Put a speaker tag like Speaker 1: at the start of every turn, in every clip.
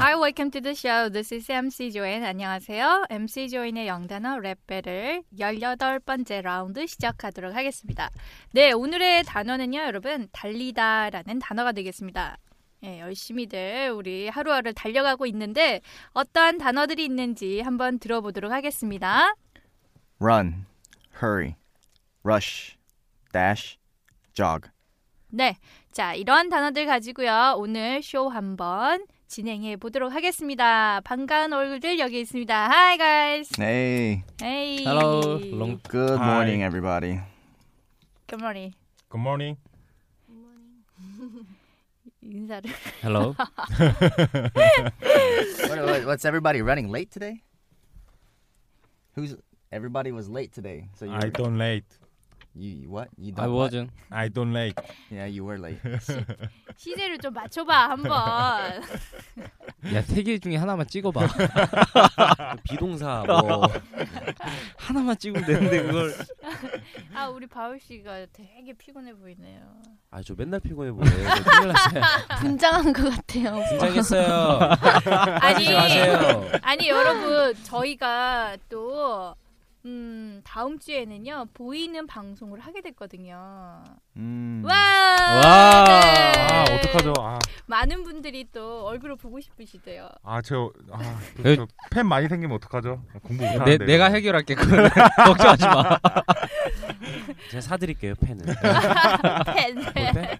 Speaker 1: Hi, welcome to the show. This is MC 조인. 안녕하세요. MC 조인의 영단어 랩 배를 18번째 라운드 시작하도록 하겠습니다. 네, 오늘의 단어는요, 여러분, 달리다라는 단어가 되겠습니다. 예, 열심히들 우리 하루하루 달려가고 있는데 어떠한 단어들이 있는지 한번 들어보도록 하겠습니다.
Speaker 2: run, hurry, rush, dash, jog.
Speaker 1: 네. 자, 이런 단어들 가지고요. 오늘 쇼 한번 진행해 보도록 하겠습니다. 반가운 얼굴들 여기 있습니다. Hi guys.
Speaker 2: Hey,
Speaker 1: Hey.
Speaker 3: Hello, long-
Speaker 2: good
Speaker 3: Hi.
Speaker 2: morning, everybody.
Speaker 1: Good morning.
Speaker 3: Good morning.
Speaker 1: 인사를.
Speaker 3: Hello.
Speaker 2: What- what- what's everybody running late today? Who's everybody was late today? So you,
Speaker 3: I don't late.
Speaker 2: you you what? You
Speaker 3: I
Speaker 2: don't what?
Speaker 3: wasn't.
Speaker 4: I don't like.
Speaker 2: Yeah, you were late. Oh.
Speaker 1: 시제를 좀 맞춰봐 한번.
Speaker 3: 야, 세 개 중에 하나만 찍어봐. 그 비동사 뭐 하나만 찍으면 되는데 그걸.
Speaker 1: 아 우리 바울 씨가 되게 피곤해 보이네요.
Speaker 3: 아, 저 맨날 피곤해 보네. 저 큰일 났어요.
Speaker 1: 분장한 것 같아요.
Speaker 3: 긴장했어요. 하지
Speaker 1: 아니
Speaker 3: 마세요.
Speaker 1: 아니 여러분 저희가 또 음, 다음 주에는요 보이는 방송을 하게 됐거든요.
Speaker 2: Mm.
Speaker 1: 와.
Speaker 3: 와.
Speaker 1: 네.
Speaker 5: 아 어떡하죠? 아,
Speaker 1: 많은 분들이 또 얼굴을 보고 싶으시대요.
Speaker 5: 아저팬 아,
Speaker 3: 에?
Speaker 5: 그- 저팬 많이 생기면 어떡하죠? 공부
Speaker 3: 내,
Speaker 5: 못하는데.
Speaker 3: 내가 해결할게. 그거는. 걱정하지 마. 네. 제가 사드릴게요, 펜을.
Speaker 6: 네.
Speaker 1: 팬. 네.
Speaker 3: 볼펜?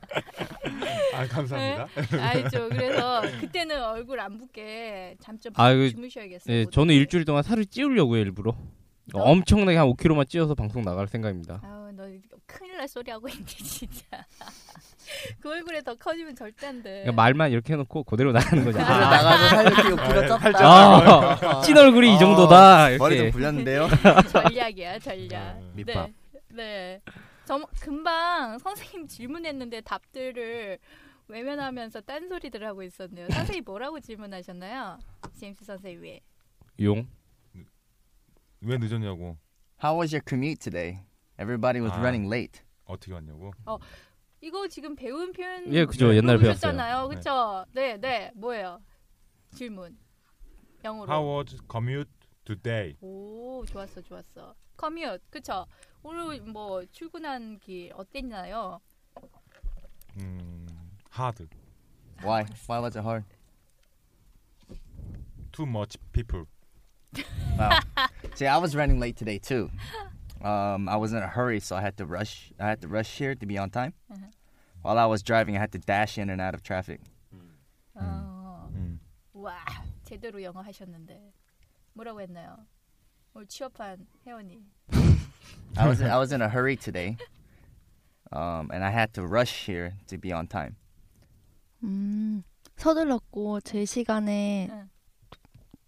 Speaker 5: 아 감사합니다.
Speaker 1: 알죠. 그래서 그때는 얼굴 안 붓게 잠좀
Speaker 3: 아, 그-
Speaker 1: 주무셔야겠어요.
Speaker 3: 예,
Speaker 1: 모두.
Speaker 3: 저는 일주일 동안 살을 찌우려고요, 일부러.
Speaker 1: 어?
Speaker 3: 엄청나게 한 5kg만 찌워서 방송 나갈 생각입니다.
Speaker 1: 아우 너 큰일 날 소리 하고 있네 진짜. 그 얼굴에 더 커지면 절대 안 돼.
Speaker 3: 그러니까 말만 이렇게 해놓고 그대로 나가는 거죠.
Speaker 2: 그래, 나가서 살을 찌고 귀가 쪘다.
Speaker 3: 아, 찐 얼굴이 이 정도다.
Speaker 2: 머리 좀
Speaker 3: 이렇게.
Speaker 2: 불렸는데요.
Speaker 1: 전략이야 전략.
Speaker 3: 밑밥.
Speaker 1: 네. 네. 저 금방 선생님 질문했는데 답들을 외면하면서 딴소리들 하고 있었네요. 선생님 뭐라고 질문하셨나요? 제임스 선생님 왜?
Speaker 3: 용.
Speaker 5: 왜 늦었냐고
Speaker 2: How was your commute today? Everybody was
Speaker 3: Ah.
Speaker 5: 아.
Speaker 2: running late.
Speaker 5: 어떻게 왔냐고.
Speaker 1: 이거 지금 배운 표현
Speaker 3: 예, 그죠. 옛날에 배웠어요.
Speaker 1: 배웠잖아요. 그렇죠. 네, 네. 뭐예요? 질문. 영어로.
Speaker 5: How was commute today?
Speaker 1: 오, 좋았어, 좋았어. 커뮤트. 그쵸 오늘 뭐 출근한 길 어땠나요?
Speaker 5: 음 hard,
Speaker 2: Why? Why was it hard?
Speaker 5: too much people.
Speaker 2: Wow. See, I was running late today too. Um, I was in a hurry, so I had to rush. I had to rush here to be on time.
Speaker 1: Mhm.
Speaker 2: While I was driving, I had to dash in and out of traffic.
Speaker 1: 어,
Speaker 5: 음.
Speaker 1: 와, 제대로 영어 하셨는데. 뭐라고 했나요? 오늘 취업한 혜원이.
Speaker 2: I was I was in a hurry today, um, and I had to rush here to be on time.
Speaker 7: 음, 서둘렀고 제 시간에
Speaker 1: 응.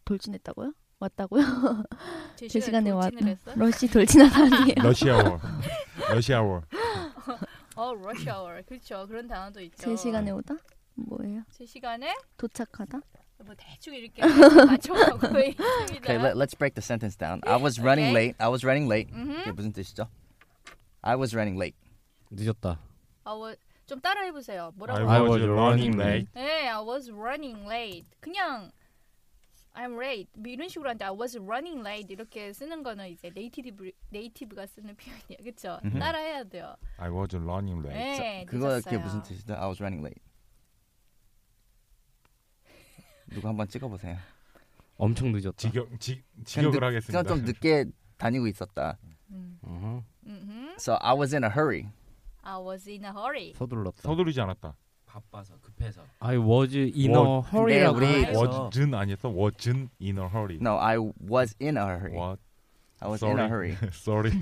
Speaker 7: 돌진했다고요? 왔다고요?
Speaker 1: 제
Speaker 7: 제 시간에 왔.
Speaker 1: 돌진을 했어?
Speaker 7: 러시 돌진한 아니에요.
Speaker 5: 러시아워, 러시아워.
Speaker 1: 어, 러시아워. 그렇죠. 그런 단어도 있죠.
Speaker 7: 제 시간에 오다? 뭐예요?
Speaker 1: 제 시간에
Speaker 7: 도착하다?
Speaker 1: 뭐 대충 이렇게 맞춰가고
Speaker 2: Okay,
Speaker 1: 있습니다.
Speaker 2: let, let's break the sentence down. I was running
Speaker 1: Okay.
Speaker 2: late. I was running late.
Speaker 1: 음.
Speaker 2: 이게 무슨 뜻이죠? I was running late.
Speaker 3: 늦었다.
Speaker 1: 아, 워- 좀 따라해 보세요.
Speaker 5: I
Speaker 1: 뭐라고?
Speaker 3: I
Speaker 5: was
Speaker 3: was running
Speaker 5: running late.
Speaker 1: 네, I was running late. 그냥 I'm late 뭐 이런 식으로 하는데 I was running late 이렇게 쓰는 거는 이제 네이티브 네이티브가 쓰는 표현이야, 그렇죠?
Speaker 2: 음.
Speaker 1: 따라해야 돼요.
Speaker 5: I was running late.
Speaker 1: 네,
Speaker 2: 그거
Speaker 1: 늦었어요.
Speaker 2: 그게 무슨 뜻이죠? I was running late. 누구 한번 찍어보세요.
Speaker 3: 엄청 늦었다.
Speaker 5: 직역 지,
Speaker 2: 그냥
Speaker 5: 직역을
Speaker 2: 늦-
Speaker 5: 하겠습니다.
Speaker 2: 좀 늦게 다니고 있었다.
Speaker 1: 음.
Speaker 3: 어허,
Speaker 1: 음흠.
Speaker 2: So I was in a hurry.
Speaker 1: I was in a hurry.
Speaker 3: 서둘렀다.
Speaker 5: 서두르지 않았다.
Speaker 6: 바빠서 급해서
Speaker 3: I was in a hurry라고
Speaker 2: 근데 우리-
Speaker 3: 해서
Speaker 5: wasn't 아니었어? wasn't in a hurry.
Speaker 2: No, I was in a hurry.
Speaker 5: What?
Speaker 2: I was in
Speaker 5: Sorry.
Speaker 2: a hurry.
Speaker 5: Sorry.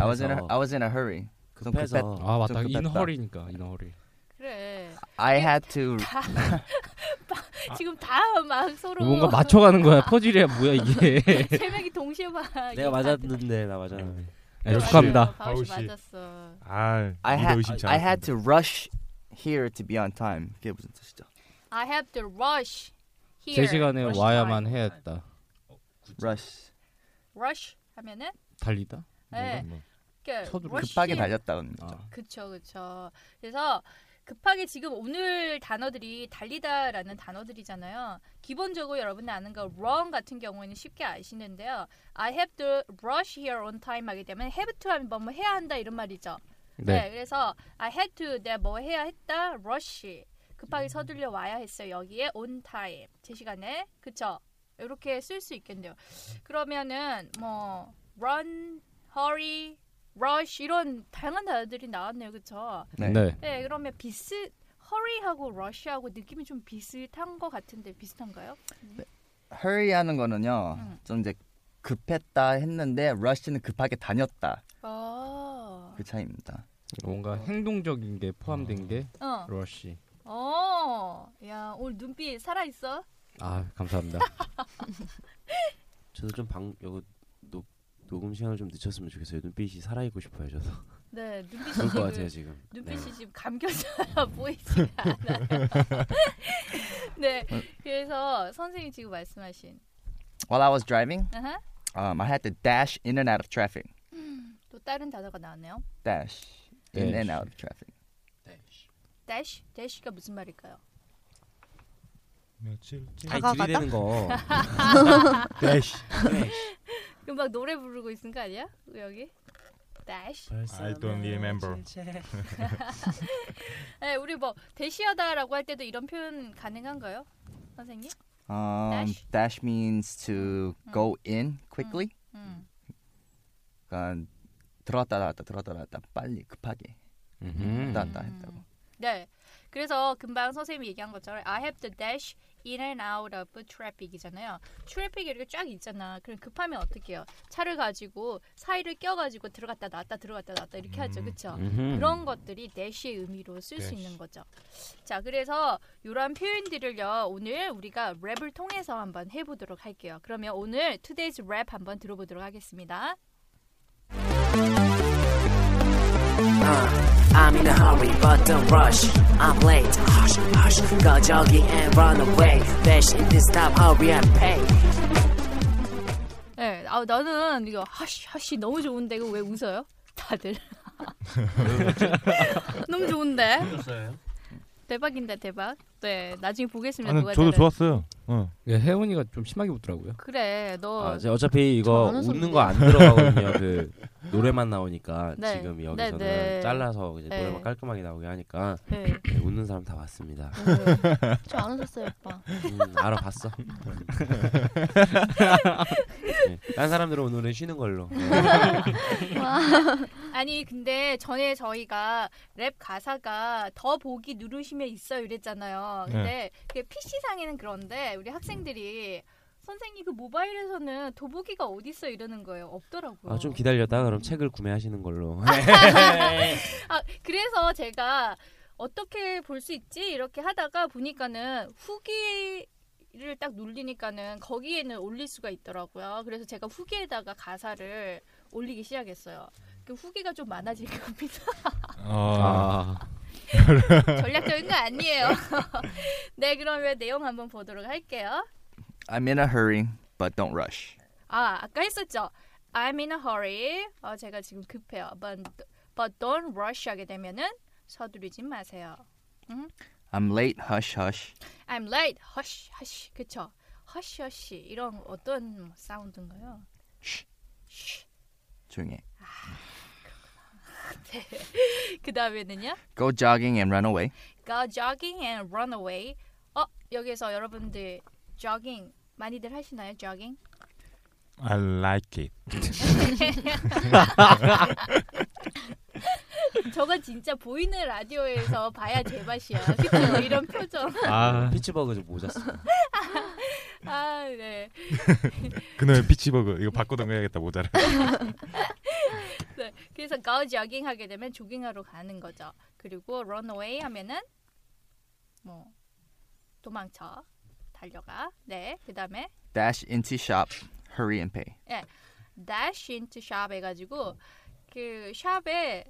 Speaker 2: I was in a
Speaker 6: 급해서
Speaker 2: I was in a hurry. 좀
Speaker 6: 급해서
Speaker 3: 아 맞다.
Speaker 2: 좀
Speaker 3: in
Speaker 2: 급했다.
Speaker 3: hurry니까 in a hurry.
Speaker 1: 그래.
Speaker 2: I had to
Speaker 1: 지금 다 막 서로
Speaker 3: 뭔가 맞춰가는 거야. 퍼즐이야 뭐야 이게.
Speaker 1: 세 명이 동시에 막.
Speaker 4: 아,
Speaker 6: 내가 맞았는데 나 맞았는데
Speaker 3: 네, 축하합니다.
Speaker 1: 바우 씨
Speaker 5: 바우 씨.
Speaker 1: 맞았어.
Speaker 5: 아,
Speaker 2: I
Speaker 5: 이거
Speaker 2: had
Speaker 5: 의심치
Speaker 2: I had
Speaker 5: 않았습니다.
Speaker 2: to rush here to be on time. 그게 무슨 뜻이죠?
Speaker 1: I have to rush here.
Speaker 3: 제 시간에
Speaker 6: rush
Speaker 3: 와야만
Speaker 6: time.
Speaker 3: 해야 했다.
Speaker 2: rush.
Speaker 1: rush 하면은
Speaker 3: 달리다.
Speaker 7: 네.
Speaker 3: 아,
Speaker 1: 예.
Speaker 6: 네.
Speaker 5: 뭐.
Speaker 1: 그
Speaker 3: 서두르-
Speaker 1: rush
Speaker 2: 급하게
Speaker 1: here.
Speaker 2: 달렸다는 거죠.
Speaker 6: 어.
Speaker 1: 그쵸 그쵸. 그래서 급하게 지금 오늘 단어들이 달리다라는 단어들이잖아요. 기본적으로 여러분 아는 거 run 같은 경우에는 쉽게 아시는데요. I have to rush here on time 하기 때문에 have to 하면 뭐, 뭐 해야 한다 이런 말이죠. 네.
Speaker 3: 네.
Speaker 1: 그래서 I had to 내가 뭐 해야 했다 rush
Speaker 6: 음.
Speaker 1: 급하게 서둘려 와야 했어요. 여기에 on time 제 시간에 그쵸? 이렇게 쓸 수 있겠네요. 그러면은 뭐 run, hurry, rush 이런 다양한 단어들이 나왔네요, 그쵸?
Speaker 3: 네.
Speaker 2: 네.
Speaker 1: 네, 그러면 비슷 hurry하고 rush하고 느낌이 좀 비슷한 것 같은데 비슷한가요?
Speaker 2: hurry 하는 거는요.
Speaker 1: 음.
Speaker 2: 좀 이제 급했다 했는데 rush는 급하게 다녔다.
Speaker 1: 어,
Speaker 2: 그 차이입니다.
Speaker 3: 뭔가 행동적인 게 포함된 게
Speaker 1: 어,
Speaker 3: 러쉬.
Speaker 1: 어, 야 오늘 눈빛 살아 있어.
Speaker 3: 아 감사합니다.
Speaker 6: 저도 좀방 요거 녹 녹음 시간을 좀 늦췄으면 좋겠어요. 눈빛이 살아 있고 싶어요, 저도.
Speaker 1: 네, 눈빛이
Speaker 6: 그럴 것
Speaker 1: 지금
Speaker 6: 같아요, 지금.
Speaker 1: 눈빛이
Speaker 6: 네.
Speaker 1: 지금 감겨져요 보이지가 않아요. 네, 그래서 선생님 지금 말씀하신
Speaker 2: While I was driving,
Speaker 1: 아하,
Speaker 2: um, I had to dash in and out of traffic.
Speaker 1: 또 다른 단어가 나왔네요.
Speaker 2: Dash in
Speaker 3: Dash.
Speaker 2: and out of traffic.
Speaker 1: dash, dash가 무슨 말일까요?
Speaker 5: 며칠째
Speaker 6: 아니,
Speaker 7: 다가가다?
Speaker 6: 들이대는 거.
Speaker 5: dash.
Speaker 1: 그럼 막 노래 부르고 있는 거 아니야? 여기 dash.
Speaker 5: I don't remember.
Speaker 1: 네, 우리 뭐 대시하다라고 할 때도 이런 표현 가능한가요, 선생님?
Speaker 2: Um,
Speaker 1: Dash?
Speaker 2: dash? means to go in quickly.
Speaker 1: 음.
Speaker 2: 그러니까 들어왔다 나왔다 들어왔다 나왔다 빨리 급하게
Speaker 6: 음.
Speaker 2: 왔다 갔다 했다고.
Speaker 1: 네. 그래서 금방 선생님이 얘기한 것처럼 I have to dash in and out of traffic이잖아요. 트래픽이 이렇게 쫙 있잖아. 그럼 급하면 어떻게 해요? 차를 가지고 사이를 껴가지고 들어갔다 나왔다 들어갔다 나왔다 이렇게 하죠. 그렇죠?
Speaker 6: 음.
Speaker 1: 그런 것들이 dash의 의미로 쓸 수
Speaker 5: dash.
Speaker 1: 있는 거죠. 자, 그래서 이런 표현들을요. 오늘 우리가 랩을 통해서 한번 해보도록 할게요. 그러면 오늘 today's rap 한번 들어보도록 하겠습니다.
Speaker 8: Uh, I'm in a hurry, but don't rush. I'm late. Hush, hush. Go jogging and run away. Dash in this time, hurry and pay.
Speaker 1: 네, 아 나는 이거 하시 하시 너무 좋은데 이거 왜 웃어요? 다들 너무 좋은데 대박인데 대박. 네, 나중에 보겠습니다.
Speaker 5: 아니,
Speaker 1: 누가
Speaker 5: 저도
Speaker 1: 잘해.
Speaker 5: 좋았어요. 응.
Speaker 3: 예, 혜원이가 좀 심하게 웃더라고요.
Speaker 1: 그래, 너
Speaker 6: 아, 이제 어차피 이거
Speaker 7: 안 웃었는데.
Speaker 6: 웃는 거 안 들어가거든요. 그 노래만 나오니까
Speaker 1: 네.
Speaker 6: 지금
Speaker 1: 네,
Speaker 6: 여기서는
Speaker 1: 네.
Speaker 6: 잘라서 이제
Speaker 1: 네.
Speaker 6: 노래만 깔끔하게 나오게 하니까
Speaker 1: 네.
Speaker 6: 네, 웃는 사람 다 봤습니다.
Speaker 7: 저안 웃었어요, 오빠.
Speaker 6: 음, 알아봤어. 네, 딴 사람들은 오늘은 쉬는 걸로. 네.
Speaker 1: 아니 근데 전에 저희가 랩 가사가 더 보기 누르시면 있어 이랬잖아요.
Speaker 5: 네.
Speaker 1: 근데 그 PC 상에는 그런데 우리 학생들이 선생님 그 모바일에서는 도보기가 어디 있어 이러는 거예요. 없더라고요.
Speaker 6: 아, 좀 기다렸다 그럼 책을 구매하시는 걸로.
Speaker 1: 아, 그래서 제가 어떻게 볼 수 있지? 이렇게 하다가 보니까는 후기를 딱 눌리니까는 거기에는 올릴 수가 있더라고요. 그래서 제가 후기에다가 가사를 올리기 시작했어요. 그 후기가 좀 많아질 겁니다.
Speaker 5: 어,
Speaker 3: 아,
Speaker 1: 전략적인 거 아니에요. 네, 그러면 내용 한번 보도록 할게요.
Speaker 2: I'm in a hurry, but don't rush.
Speaker 1: 아, 아까 했었죠. I'm in a hurry. 어, 제가 지금 급해요. But, but don't rush 하게 되면은 서두르지 마세요.
Speaker 2: I'm late, hush hush.
Speaker 1: I'm late. 허쉬 허쉬. 그쵸? 허쉬 허쉬. 이런 어떤 사운드인가요? 쉬.
Speaker 2: 조용해.
Speaker 1: 그 다음에는요. 그
Speaker 2: Go jogging and run away.
Speaker 1: Go jogging and run away. 어 여기서 여러분들 조깅 많이들 하시나요 조깅?
Speaker 5: I like it.
Speaker 1: 저건 진짜 보이는 라디오에서 봐야 제맛이야. 그쵸? 이런 표정.
Speaker 3: 아,
Speaker 6: 피츠버그 좀 모자 쓰.
Speaker 1: 아 네.
Speaker 5: 그놈의 피치버그 이거 바꿔던가야겠다 모자를.
Speaker 1: 네. 그래서 go jogging 하게 되면 조깅하러 가는 거죠. 그리고 run away 하면은 뭐 도망쳐 달려가. 네. 그다음에
Speaker 2: Dash into shop, hurry and pay.
Speaker 1: dash into shop 해가지고 그 샵에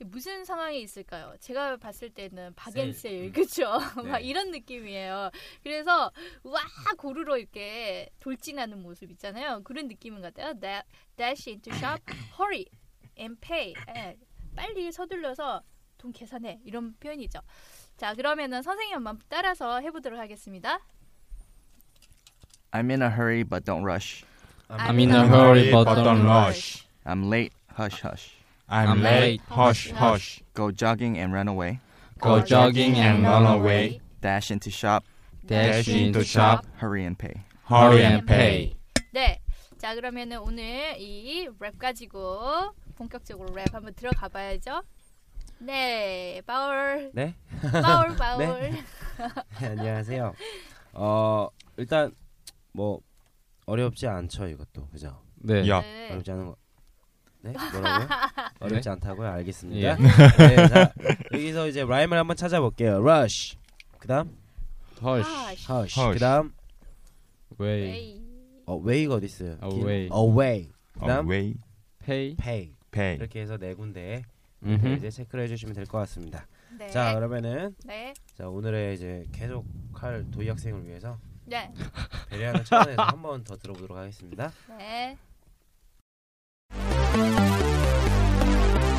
Speaker 1: 무슨 상황이 있을까요? 제가 봤을 때는 박앤셀 그쵸? 막
Speaker 5: 음.
Speaker 2: 네.
Speaker 1: 이런 느낌이에요. 그래서 와 고루로 이렇게 돌진하는 모습 있잖아요. 그런 느낌인 것 같아요. Da- dash into shop, hurry and pay. 예, 빨리 서둘러서 돈 계산해 이런 표현이죠. 자 그러면은 선생님 한번 따라서 해보도록 하겠습니다.
Speaker 2: I'm in a hurry, but don't rush.
Speaker 5: I'm in a hurry, but don't rush.
Speaker 2: I'm late, hush hush.
Speaker 5: I'm late. Hush, hush.
Speaker 2: Go jogging and run away.
Speaker 5: Go jogging and run away.
Speaker 2: Dash into shop,
Speaker 5: Dash into shop.
Speaker 2: hurry and pay.
Speaker 1: Oh,
Speaker 5: Hurry and pay.
Speaker 1: 네. 자 그러면은 오늘 이 랩 가지고 본격적으로 랩 한번 들어가 봐야죠. 네, 바울,
Speaker 6: 네?
Speaker 1: 바울, 바울.
Speaker 6: 네, 안녕하세요. 어 일단 뭐 어렵지 않죠 이것도 그죠?
Speaker 3: 네.
Speaker 6: 아,
Speaker 5: 야.
Speaker 1: 네.
Speaker 6: 어렵지 않은 거. 네? 뭐라고요? 어렵지 않다고요? 알겠습니다.
Speaker 3: 네? 예.
Speaker 6: 네, 자, 여기서 이제 라임을 한번 찾아볼게요. Rush. 그다음 네.
Speaker 3: Hush.
Speaker 1: Hush.
Speaker 6: Hush.
Speaker 5: Hush.
Speaker 6: 그다음
Speaker 3: Way.
Speaker 1: 에이.
Speaker 6: Away가 어디 있어요? 긴-
Speaker 3: Away.
Speaker 6: Away. 그다음
Speaker 5: Away.
Speaker 3: Pay.
Speaker 6: Pay.
Speaker 5: Pay.
Speaker 6: 이렇게 해서 네 군데
Speaker 3: 예. 음흠.
Speaker 6: 이제 체크를 해주시면 될 것 같습니다.
Speaker 1: 네.
Speaker 6: 자 그러면은
Speaker 1: 네.
Speaker 6: 자 오늘의 이제 계속 할 도희 학생을 위해서
Speaker 1: 네.
Speaker 6: 배려하는 차원에서 한 번 더 들어보도록 하겠습니다.
Speaker 1: 네.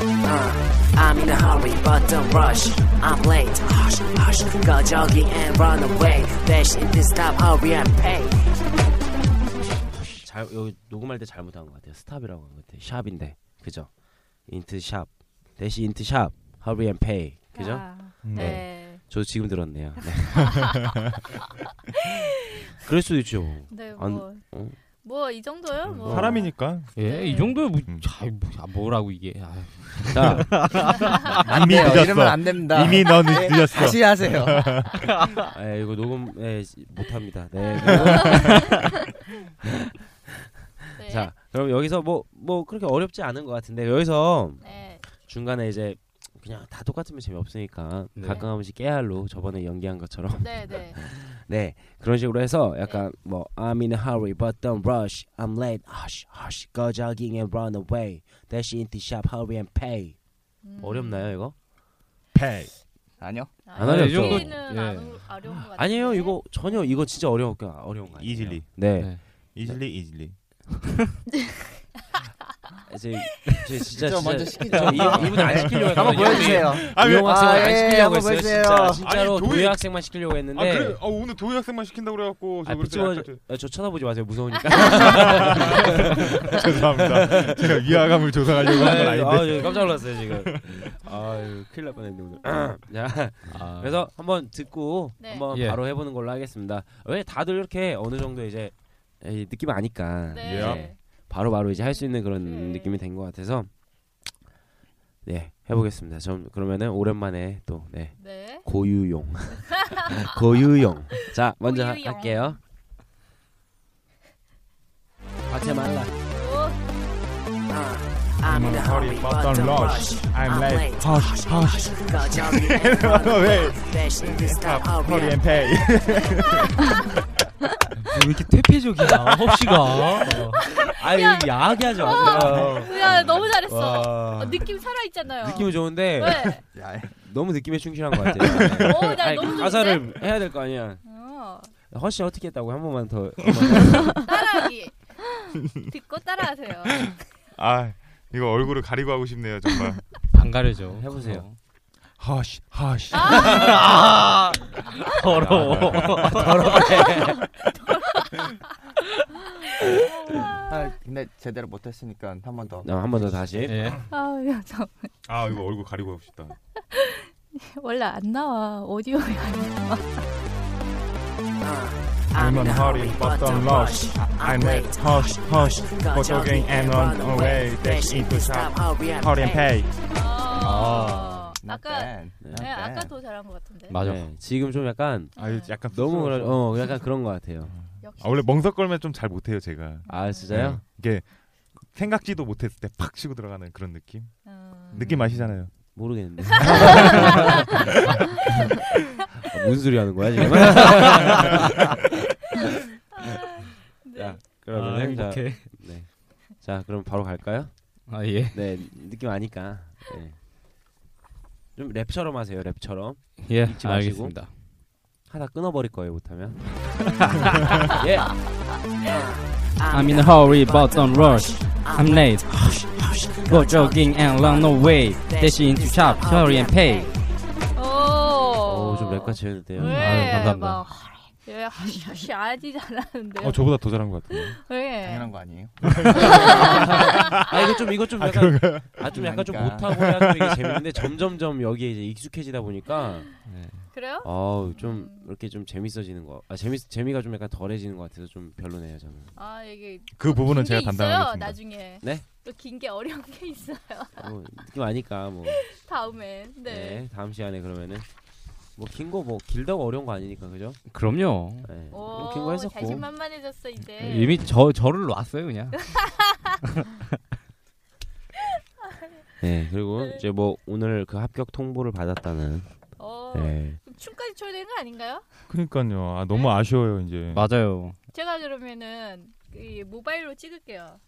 Speaker 8: Uh, I'm in a hurry, but don't rush. I'm late. Hush, hush. Go jogging and run away. Dash into stop, hurry and pay.
Speaker 6: 잘 여기 녹음할 때 잘못한 것 같아요. 스탑이라고 한 것 같아요. 샵인데 그죠? 인트 샵 대시 인트 샵 hurry and pay 그죠? 음.
Speaker 1: 아,
Speaker 5: 네.
Speaker 1: 네.
Speaker 6: 저도 지금 들었네요. 네. 그럴 수도 있죠.
Speaker 1: 네.
Speaker 6: 안-
Speaker 1: 뭐.
Speaker 6: 어?
Speaker 1: 뭐 이 정도요? 뭐. 네.
Speaker 5: 사람이니까 음.
Speaker 3: 예, 이 정도야 뭐, 자, 뭐, 아, 뭐라고 이게. 아,
Speaker 6: 자
Speaker 5: 이미
Speaker 2: 아, 이러면
Speaker 5: 늦었어.
Speaker 2: 안 됩니다.
Speaker 5: 이미 넌 늦었어.
Speaker 2: 다시 하세요.
Speaker 6: 에 예, 이거 녹음 에, 못합니다. 네.
Speaker 1: 아, 네.
Speaker 6: 자 그럼 여기서 뭐 뭐 그렇게 어렵지 않은 것 같은데 여기서
Speaker 1: 네.
Speaker 6: 중간에 이제 그냥 다 똑같으면 재미없으니까
Speaker 3: 네.
Speaker 6: 가끔 한 번씩 깨알로 저번에 연기한 것처럼
Speaker 1: 네, 네.
Speaker 6: 네 그런 식으로 해서 약간 뭐 I'm in a hurry but don't rush I'm late hush hush go jogging and run away dash into shop hurry and pay
Speaker 1: 음.
Speaker 6: 어렵나요 이거?
Speaker 5: Pay.
Speaker 2: 아니요.
Speaker 1: 아,
Speaker 6: 안 어렵죠?
Speaker 1: 이 정도는
Speaker 3: 예.
Speaker 1: 안 어- 어려운 것 같아요. 네.
Speaker 6: 아니에요 이거 전혀 이거 진짜 어려운 거 어려운 거 아니에요
Speaker 5: Easily.
Speaker 6: 네,
Speaker 3: 네.
Speaker 5: Easily, easily.
Speaker 6: 아, 이제, 이제 진짜
Speaker 2: 좀
Speaker 6: 진짜
Speaker 2: 먼저 시키죠.
Speaker 6: 저 이, 이분 안 시키려고
Speaker 2: 한번
Speaker 6: 했거든요.
Speaker 2: 보여주세요.
Speaker 5: 왜-
Speaker 6: 도영
Speaker 2: 아,
Speaker 6: 학생을 안
Speaker 2: 예,
Speaker 6: 시키려고
Speaker 2: 한번
Speaker 6: 했어요
Speaker 2: 보여주세요.
Speaker 6: 진짜 진짜로
Speaker 5: 아니, 도희-
Speaker 6: 도영 학생만 시키려고 했는데
Speaker 5: 아 그래? 아 오늘 도희 학생만 시킨다고 그래갖고
Speaker 6: 네. 아,
Speaker 5: 저 그래서
Speaker 6: 비추어-
Speaker 5: 약간 좀-
Speaker 6: 아, 저 쳐다보지 마세요 무서우니까
Speaker 5: 죄송합니다. 제가 위화감을 조성하려고 한 건
Speaker 6: 네, 아유,
Speaker 5: 아닌데.
Speaker 6: 아유, 깜짝 놀랐어요 지금 아유 큰일 날 뻔했네 오늘 자
Speaker 3: 네. 아,
Speaker 6: 그래서 한번 듣고
Speaker 1: 네.
Speaker 6: 한번
Speaker 3: 예.
Speaker 6: 바로 해보는 걸로 하겠습니다 왜 다들 이렇게 어느 정도 이제 예, 이 느낌 아니까
Speaker 1: 네.
Speaker 6: 이제 바로 바로 이제 할 수 있는 그런
Speaker 1: 네.
Speaker 6: 느낌이 된 것 같아서 네 해보겠습니다 좀 그러면은 오랜만에 또네
Speaker 1: 네.
Speaker 6: 고유용 고유용 자 먼저 하-
Speaker 1: 고유용.
Speaker 6: 할게요 과테말라
Speaker 1: 오,
Speaker 8: Uh, I'm in a hurry, but don't rush.
Speaker 5: I'm
Speaker 8: I'm
Speaker 5: late.
Speaker 8: late.
Speaker 5: Hush, hush.
Speaker 8: Go jogging and run away. Dash into stop, hurry
Speaker 5: Hurry
Speaker 8: and
Speaker 5: and pay.
Speaker 3: 왜 이렇게 퇴폐적이야, 홉씨가.
Speaker 6: 아유 야하게 하지 마세요
Speaker 1: 야, 너무 잘했어.
Speaker 6: 와.
Speaker 1: 어, 느낌 살아 있잖아요.
Speaker 6: 느낌이 좋은데
Speaker 1: 네.
Speaker 2: 야,
Speaker 6: 너무 느낌에 충실한 것 같아요.
Speaker 1: 오, 나 너무 좋은데?
Speaker 6: 가사를 해야 될 거 아니야.
Speaker 1: 어,
Speaker 6: 허씨 어떻게 했다고 한 번만 더.
Speaker 1: 따라하기. 듣고 따라하세요.
Speaker 5: 아 이거 얼굴을 가리고 하고 싶네요 정말.
Speaker 3: 안 가려져.
Speaker 6: 해보세요.
Speaker 5: Hush, hush.
Speaker 3: 아, 더러워.
Speaker 6: 아,
Speaker 2: 아, 근데 제대로 못했으니까 한 번 더.
Speaker 6: 네. 한 번 더 다시.
Speaker 3: 예.
Speaker 1: 아, 야, 저
Speaker 5: 아 이거 얼굴 가리고 하고 싶다.
Speaker 1: 원래 안 나와 오디오에 안 나와.
Speaker 8: I'm in a hurry, but don't rush. I'm late, hush, hush. Go jogging and run away. Dash into stop, hurry and
Speaker 5: 허리엔
Speaker 8: pay.
Speaker 5: 페이.
Speaker 3: 아,
Speaker 2: Not
Speaker 1: 아까-
Speaker 2: bad. Not
Speaker 1: 네, 아까
Speaker 2: bad.
Speaker 1: 더 잘한 것 같은데.
Speaker 3: 맞아.
Speaker 6: 네, 지금 좀 약간
Speaker 5: 아, 약간
Speaker 6: 너무 그런-
Speaker 5: 쑥스러워서.
Speaker 6: 어 약간 그런 것 같아요.
Speaker 1: 역시.
Speaker 5: 아, 원래 멍석걸면 좀 잘 못해요 제가.
Speaker 6: 아 진짜요?
Speaker 5: 네. 이게 생각지도 못했을 때 팍 치고 들어가는 그런 느낌.
Speaker 1: 음.
Speaker 5: 느낌 아시잖아요.
Speaker 6: 모르겠는데. 아, 무슨 소리 하는 거야 지금?
Speaker 3: 야,
Speaker 6: 그러면
Speaker 3: 아, 행복해.
Speaker 6: 네. 자 그럼 바로 갈까요?
Speaker 3: 아 예.
Speaker 6: 네 느낌 아니까. 네. 좀 랩처럼 하세요 랩처럼
Speaker 3: 예.
Speaker 6: 잊지 마시고.
Speaker 3: 알겠습니다.
Speaker 6: 하다 끊어버릴 거예요 못하면.
Speaker 3: I'm in a hurry but don't rush. I'm late. Go jogging and run away. Dash into shop. Hurry and pay.
Speaker 1: 오.
Speaker 6: 어좀 랩같이 했는데요.
Speaker 1: 왜?
Speaker 3: 아유, 감사합니다.
Speaker 1: 막 허리, 왜 하시 아지 잘하는데.
Speaker 5: 어 저보다 더 잘한 것 같은데.
Speaker 1: 왜?
Speaker 2: 당연한 거 아니에요?
Speaker 6: 아 이거 좀 이거 좀 약간 아 좀 약간 좀
Speaker 2: 아니까.
Speaker 6: 못하고 해야 되게 재밌는데 점점점 여기에 이제 익숙해지다 보니까
Speaker 1: 그래요?
Speaker 6: 어우 좀 이렇게 좀 재밌어지는 거. 아 재미 재미가 좀 약간 덜해지는 것 같아서 좀 별로네요 저는.
Speaker 1: 아 이게
Speaker 5: 그 부분은
Speaker 1: 긴
Speaker 5: 제가
Speaker 1: 게 있어요.
Speaker 5: 담당하겠습니다.
Speaker 1: 나중에.
Speaker 6: 네?
Speaker 1: 또 긴 게 어려운 게 있어요.
Speaker 6: 뭐, 느낌 아니까 뭐.
Speaker 1: 다음에. 네.
Speaker 6: 네. 다음 시간에 그러면은 뭐 긴 거 뭐 길다고 어려운 거 아니니까 그죠?
Speaker 3: 그럼요.
Speaker 6: 네.
Speaker 1: 오.
Speaker 6: 긴 거 했었고.
Speaker 1: 자신만만해졌어 이제.
Speaker 3: 이미 저 저를 놨어요 그냥.
Speaker 6: 네 그리고 이제 뭐 오늘 그 합격 통보를 받았다는.
Speaker 1: 어.
Speaker 6: 네.
Speaker 1: 그럼 춤까지 춰야 되는 거 아닌가요?
Speaker 5: 그러니까요. 아
Speaker 8: 네.
Speaker 5: 너무 아쉬워요 이제.
Speaker 3: 맞아요.
Speaker 1: 제가 그러면은 이 모바일로 찍을게요.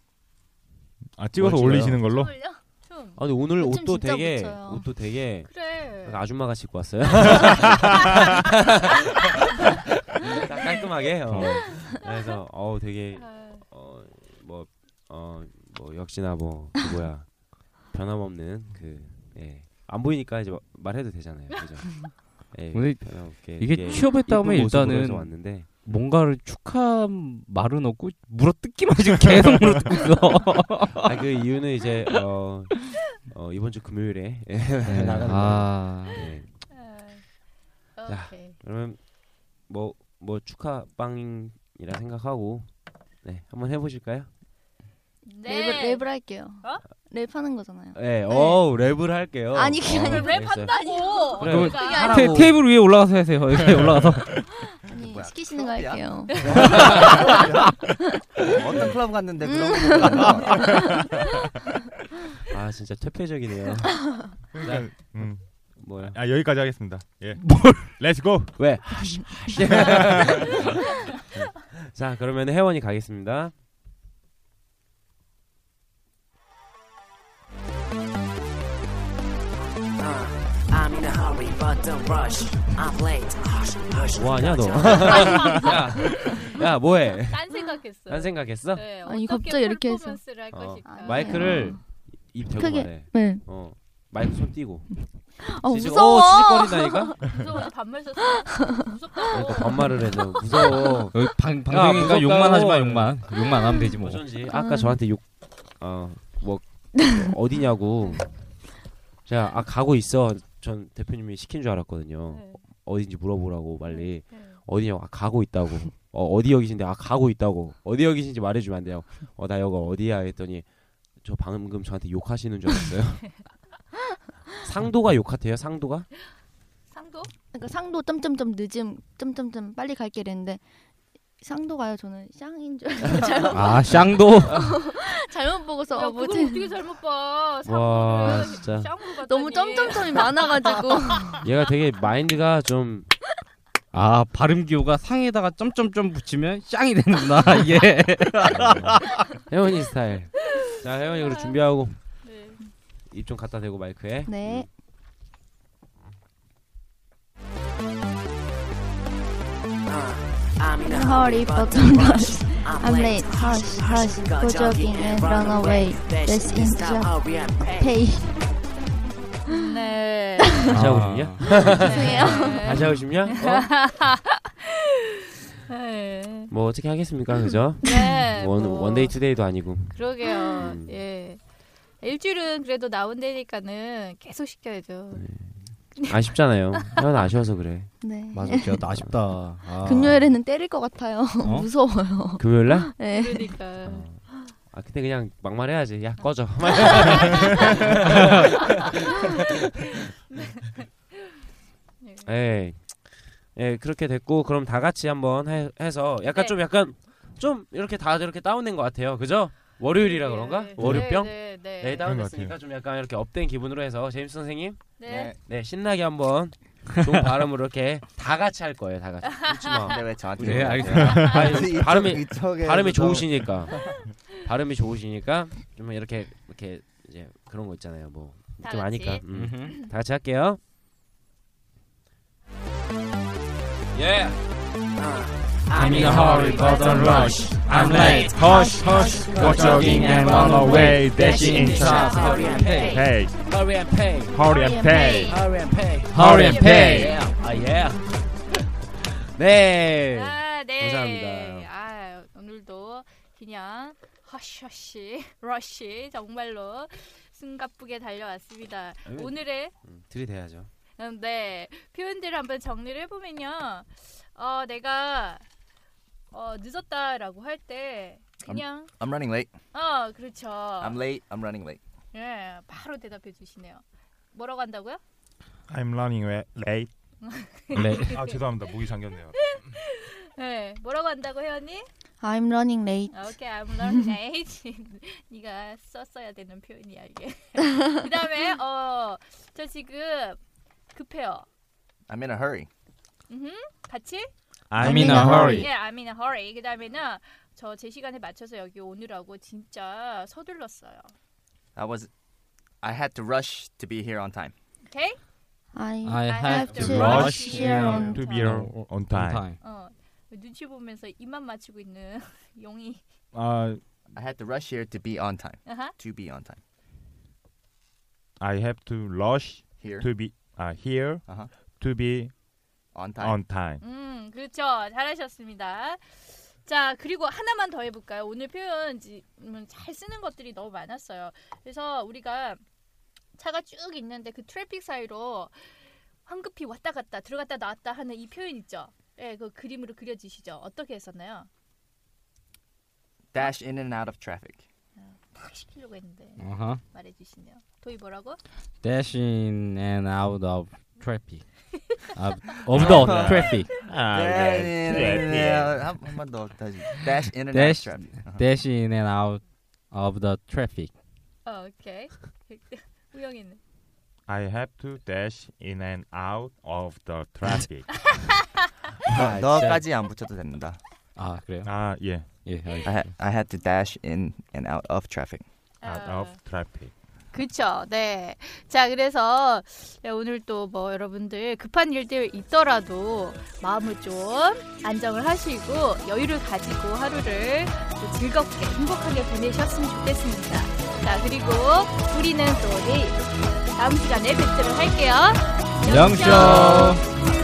Speaker 5: 아 찍어서
Speaker 6: 뭘 찍어요?
Speaker 5: 올리시는 걸로.
Speaker 1: 춤을요? 춤.
Speaker 6: 아 근데 오늘
Speaker 7: 요즘
Speaker 6: 옷도
Speaker 7: 진짜
Speaker 6: 되게
Speaker 7: 붙여요. 네.
Speaker 6: 옷도 되게
Speaker 1: 그래.
Speaker 6: 약간 아줌마가 입고 왔어요. 딱 깔끔하게. 어.
Speaker 7: 네.
Speaker 6: 그래서 어우 되게
Speaker 1: 아,
Speaker 6: 어뭐어뭐 역시나 뭐 그 뭐야 변함없는 그, 그예안 보이니까 이제 마- 말해도 되잖아요. 그죠? 예,
Speaker 3: 오늘
Speaker 6: 변함없게
Speaker 3: 이게 취업했다
Speaker 6: 예쁜
Speaker 3: 하면
Speaker 6: 모습으로 해서
Speaker 3: 일단은
Speaker 6: 왔는데
Speaker 3: 뭔가를 축하 말은 없고 물어뜯기만 지금 계속 물어뜯고 있어.
Speaker 6: 아, 그 이유는 이제 어, 어 이번 주 금요일에 예, 나가는 거.
Speaker 3: 아,
Speaker 6: 예.
Speaker 1: 아, 오케이.
Speaker 6: 그러면 뭐 뭐 축하 빵이라 생각하고 네 한번 해보실까요?
Speaker 1: 네.
Speaker 7: 랩을, 랩을 할게요.
Speaker 1: 어?
Speaker 7: 랩하는 거잖아요.
Speaker 6: 네, 어 랩을 할게요.
Speaker 7: 아니, 그게
Speaker 6: 어,
Speaker 7: 아니라
Speaker 6: 알겠어요.
Speaker 1: 랩한다고.
Speaker 3: 그래.
Speaker 1: 그러니까.
Speaker 7: 그게
Speaker 6: 하라고.
Speaker 3: 테, 테이블 위에 올라가서 하세요. 여기 올라가서.
Speaker 7: 아니
Speaker 2: 뭐야,
Speaker 7: 시키시는 거
Speaker 2: 클럽이야? 뭐
Speaker 7: 할게요.
Speaker 2: 어떤 클럽
Speaker 7: 음.
Speaker 2: 갔는데 그런 거 몰라.
Speaker 6: 아 진짜 퇴폐적이네요.
Speaker 5: 그러니까 음.
Speaker 6: 뭐야?
Speaker 5: 아 여기까지 하겠습니다. 예.
Speaker 3: 뭘?
Speaker 5: 렛츠 고.
Speaker 6: 왜? 자 그러면 혜원이 가겠습니다.
Speaker 8: I'm in a hurry, but don't rush. I'm late. Hush, hush.
Speaker 6: 뭐하냐 너? 야 뭐해?
Speaker 1: 딴 생각했어.
Speaker 6: 난 생각했어?
Speaker 1: 네,
Speaker 7: 아니,
Speaker 1: 어떻게
Speaker 7: 갑자기 이렇게 해서.
Speaker 1: 퍼포먼스를 할
Speaker 6: 어,
Speaker 1: 것인가.
Speaker 6: 마이크를 입 대고
Speaker 7: 음. 크게.
Speaker 6: 말해.
Speaker 7: 네.
Speaker 6: 어 마이크 손 띄고.
Speaker 7: 아
Speaker 6: 지지-
Speaker 7: 무서워.
Speaker 6: 어, 지직거린다니까?
Speaker 1: 네, 무서워서 반말 썼어.
Speaker 6: 그러니까
Speaker 1: 무섭다고.
Speaker 6: 반말을 해서 무서워.
Speaker 3: 여기 방, 방송이니까
Speaker 6: 무섭다고.
Speaker 3: 욕만 하지 마, 욕만. 욕만 안 하면 되지 뭐.
Speaker 7: 음.
Speaker 6: 어쩐지 아까 저한테 욕어뭐 어디냐고. 제가 아 가고 있어. 전 대표님이 시킨 줄 알았거든요.
Speaker 1: 네.
Speaker 6: 어딘지 물어보라고 빨리.
Speaker 1: 네.
Speaker 6: 어디냐고 아 가고 있다고 어 어디 여기신데 아 가고 있다고 어디 여기신지 말해주면 안 돼요 어 나 여기 어디야 했더니 저 방금 저한테 욕하시는 줄 알았어요 상도가 욕같아요 상도가
Speaker 1: 상도?
Speaker 7: 그러니까 상도 점점점 늦음 점점점 빨리 갈게 이랬는데 상도 가요 저는 쌍인 줄 알고 잘못,
Speaker 3: 아, 샹도.
Speaker 7: 잘못 보고서
Speaker 1: 야,
Speaker 7: 어,
Speaker 1: 그걸
Speaker 7: 뭐
Speaker 1: 어떻게 잘못 봐.
Speaker 6: 와
Speaker 1: 상도를
Speaker 6: 진짜
Speaker 1: 쌍으로 봤더니.
Speaker 7: 너무 점점점이 많아가지고
Speaker 6: 얘가 되게 마인드가 좀
Speaker 3: 아, 발음 기호가 상에다가 점점점 붙이면 샹이 되는구나. 예.
Speaker 6: 혜원이 스타일 자 혜원이 그럼 준비하고
Speaker 1: 네.
Speaker 6: 입 좀 갖다 대고 마이크에
Speaker 7: 네.
Speaker 8: I'm in a
Speaker 7: Hurry,
Speaker 8: hurry,
Speaker 7: but
Speaker 8: but
Speaker 7: don't
Speaker 8: don't
Speaker 7: rush.
Speaker 8: rush.
Speaker 7: I'm late. Hush, hush. Go jogging and run away. Let's
Speaker 8: Let's
Speaker 7: into
Speaker 8: into hurry and pay.
Speaker 7: 페이.
Speaker 1: 네.
Speaker 6: 다시 하고 싶냐
Speaker 7: 죄송해요.
Speaker 6: 아. 다시 하고 싶냐 어?
Speaker 1: 네.
Speaker 6: 뭐 어떻게 하겠습니까 그죠
Speaker 1: 네.
Speaker 6: 원
Speaker 1: 뭐,
Speaker 6: 원데이 투데이도 아니고
Speaker 1: 그러게요.
Speaker 6: 음. 네.
Speaker 1: 예. 일주일은 그래도 나온다니까는 계속 시켜야죠.
Speaker 6: 아쉽잖아요. 현 아쉬워서 그래.
Speaker 7: 네.
Speaker 3: 맞아, 걔 아쉽다. 아.
Speaker 7: 금요일에는 때릴 것 같아요.
Speaker 6: 어?
Speaker 7: 무서워요.
Speaker 6: 금요일 날?
Speaker 7: 네.
Speaker 1: 그러니까.
Speaker 6: 아 근데 그냥 막말 해야지.
Speaker 1: 어.
Speaker 6: 야 꺼져. 예. 예, 그렇게 됐고 그럼 다 같이 한번 해, 해서 약간
Speaker 1: 네.
Speaker 6: 좀 약간 좀 이렇게 다들 이렇게 다운된 것 같아요. 그죠? 월요일이라 그런가? 월요병?
Speaker 1: 네, 네.
Speaker 6: 네,
Speaker 5: 그런 것
Speaker 6: 다운됐으니까 좀 약간 이렇게 업된 기분으로 해서 제임스 선생님
Speaker 1: 네.
Speaker 6: 네 신나게 한번 좋은 발음으로 이렇게 다 같이 할 거예요 다 같이 웃지 마
Speaker 2: 근데 왜 저한테?
Speaker 3: 네,
Speaker 2: 그러세요?
Speaker 3: 알겠습니다.
Speaker 6: 아니, 발음이
Speaker 2: 이쪽에서
Speaker 6: 발음이
Speaker 2: 너무-
Speaker 6: 좋으시니까 발음이 좋으시니까 좀 이렇게 이렇게 이제 그런 거 있잖아요 뭐
Speaker 1: 다
Speaker 6: 좀
Speaker 1: 같이.
Speaker 6: 아니까 음. 다 같이 할게요 예
Speaker 3: I'm in a hurry, but don't rush. I'm late. Hush, hush. Go jogging and run away. Dashing in traffic.
Speaker 8: Hurry and pay.
Speaker 5: Hey,
Speaker 6: hurry and pay
Speaker 5: hurry and pay.
Speaker 2: Hurry and pay.
Speaker 3: Hurry and pay.
Speaker 6: yeah 아 예. 네
Speaker 1: 아, 네.
Speaker 6: 감사합니다.
Speaker 1: 아, 오늘도 그냥 허쉬허쉬 러쉬 정말로 숨가쁘게 달려왔습니다.
Speaker 6: 음.
Speaker 1: 오늘의
Speaker 6: 들이대야죠
Speaker 1: 음, 네 표현들을 한번 정리를 해보면요. 어, 내가 어, 늦었다라고 할 때 그냥
Speaker 2: I'm running late.
Speaker 1: 어 그렇죠.
Speaker 2: I'm late. I'm running late.
Speaker 1: 예 바로 대답해 주시네요. 뭐라고 한다고요?
Speaker 5: I'm running wa- late.
Speaker 3: 네.
Speaker 5: 아 죄송합니다. 목이 잠겼네요.
Speaker 1: 네 뭐라고 한다고 회원님?
Speaker 7: I'm running late.
Speaker 1: 오케이 I'm running late. 네가 썼어야 되는 표현이야 이게. 그다음에 어저 지금 급해요.
Speaker 2: I'm in a hurry.
Speaker 1: 같이?
Speaker 3: I'm in a hurry.
Speaker 1: 예, I'm in a hurry. 그다음에는 저 제 시간에 맞춰서 여기 오느라고 진짜 서둘렀어요.
Speaker 2: I was. I had to rush to be here on time.
Speaker 1: 오케이?
Speaker 7: I
Speaker 3: I have to
Speaker 7: to
Speaker 3: rush
Speaker 7: rush here on
Speaker 5: To be on, 아, on time.
Speaker 1: 어 눈치 보면서 입만 맞추고 있는 용이.
Speaker 5: 아,
Speaker 2: I had to rush here to be on time.
Speaker 1: 아하.
Speaker 2: To be on time.
Speaker 5: I have to rush
Speaker 2: Here.
Speaker 5: to be 아 here
Speaker 2: Uh-huh.
Speaker 5: to be
Speaker 2: On time.
Speaker 5: on time.
Speaker 1: 음, 그렇죠. 잘하셨습니다. 자, 그리고 하나만 더 해볼까요? 오늘 표현 지- 음, 잘 쓰는 것들이 너무 많았어요. 그래서 우리가 차가 쭉 있는데 그 트래픽 사이로 황급히 왔다 갔다 들어갔다 나왔다 하는 이 표현 있죠? 예, 그 그림으로 그려지시죠? 어떻게 했었나요?
Speaker 2: Dash in and out of traffic.
Speaker 1: 탁 시키려고 했는데
Speaker 3: Uh-huh.
Speaker 1: 말해주시네요. 도희 뭐라고?
Speaker 3: Dashing and out of traffic. of, of the traffic.
Speaker 5: 아,
Speaker 2: Dash in
Speaker 5: 네.
Speaker 2: and out. 한- 한번 더, 다시. Dash in and
Speaker 3: Dash-
Speaker 2: out of traffic. Uh-huh.
Speaker 3: Dashing and out of the traffic.
Speaker 1: 어, 오케이. 우영이는?
Speaker 5: I have to dash in and out of the traffic.
Speaker 2: 너- 너까지 안 붙여도 됩니다.
Speaker 3: 아 그래요?
Speaker 5: 아 예.
Speaker 3: 예. 알겠습니다.
Speaker 2: I, ha- I had to dash in and out of traffic.
Speaker 3: 아.
Speaker 5: Out
Speaker 1: 어,
Speaker 5: of traffic.
Speaker 1: 그쵸, 네. 자, 그래서 네, 오늘 또 뭐 여러분들 급한 일들 있더라도 마음을 좀 안정을 하시고 여유를 가지고 하루를 또 즐겁게 행복하게 보내셨으면 좋겠습니다. 자, 그리고 우리는 또 내일 다음 시간에 뵙도록 할게요.
Speaker 3: 영쇼.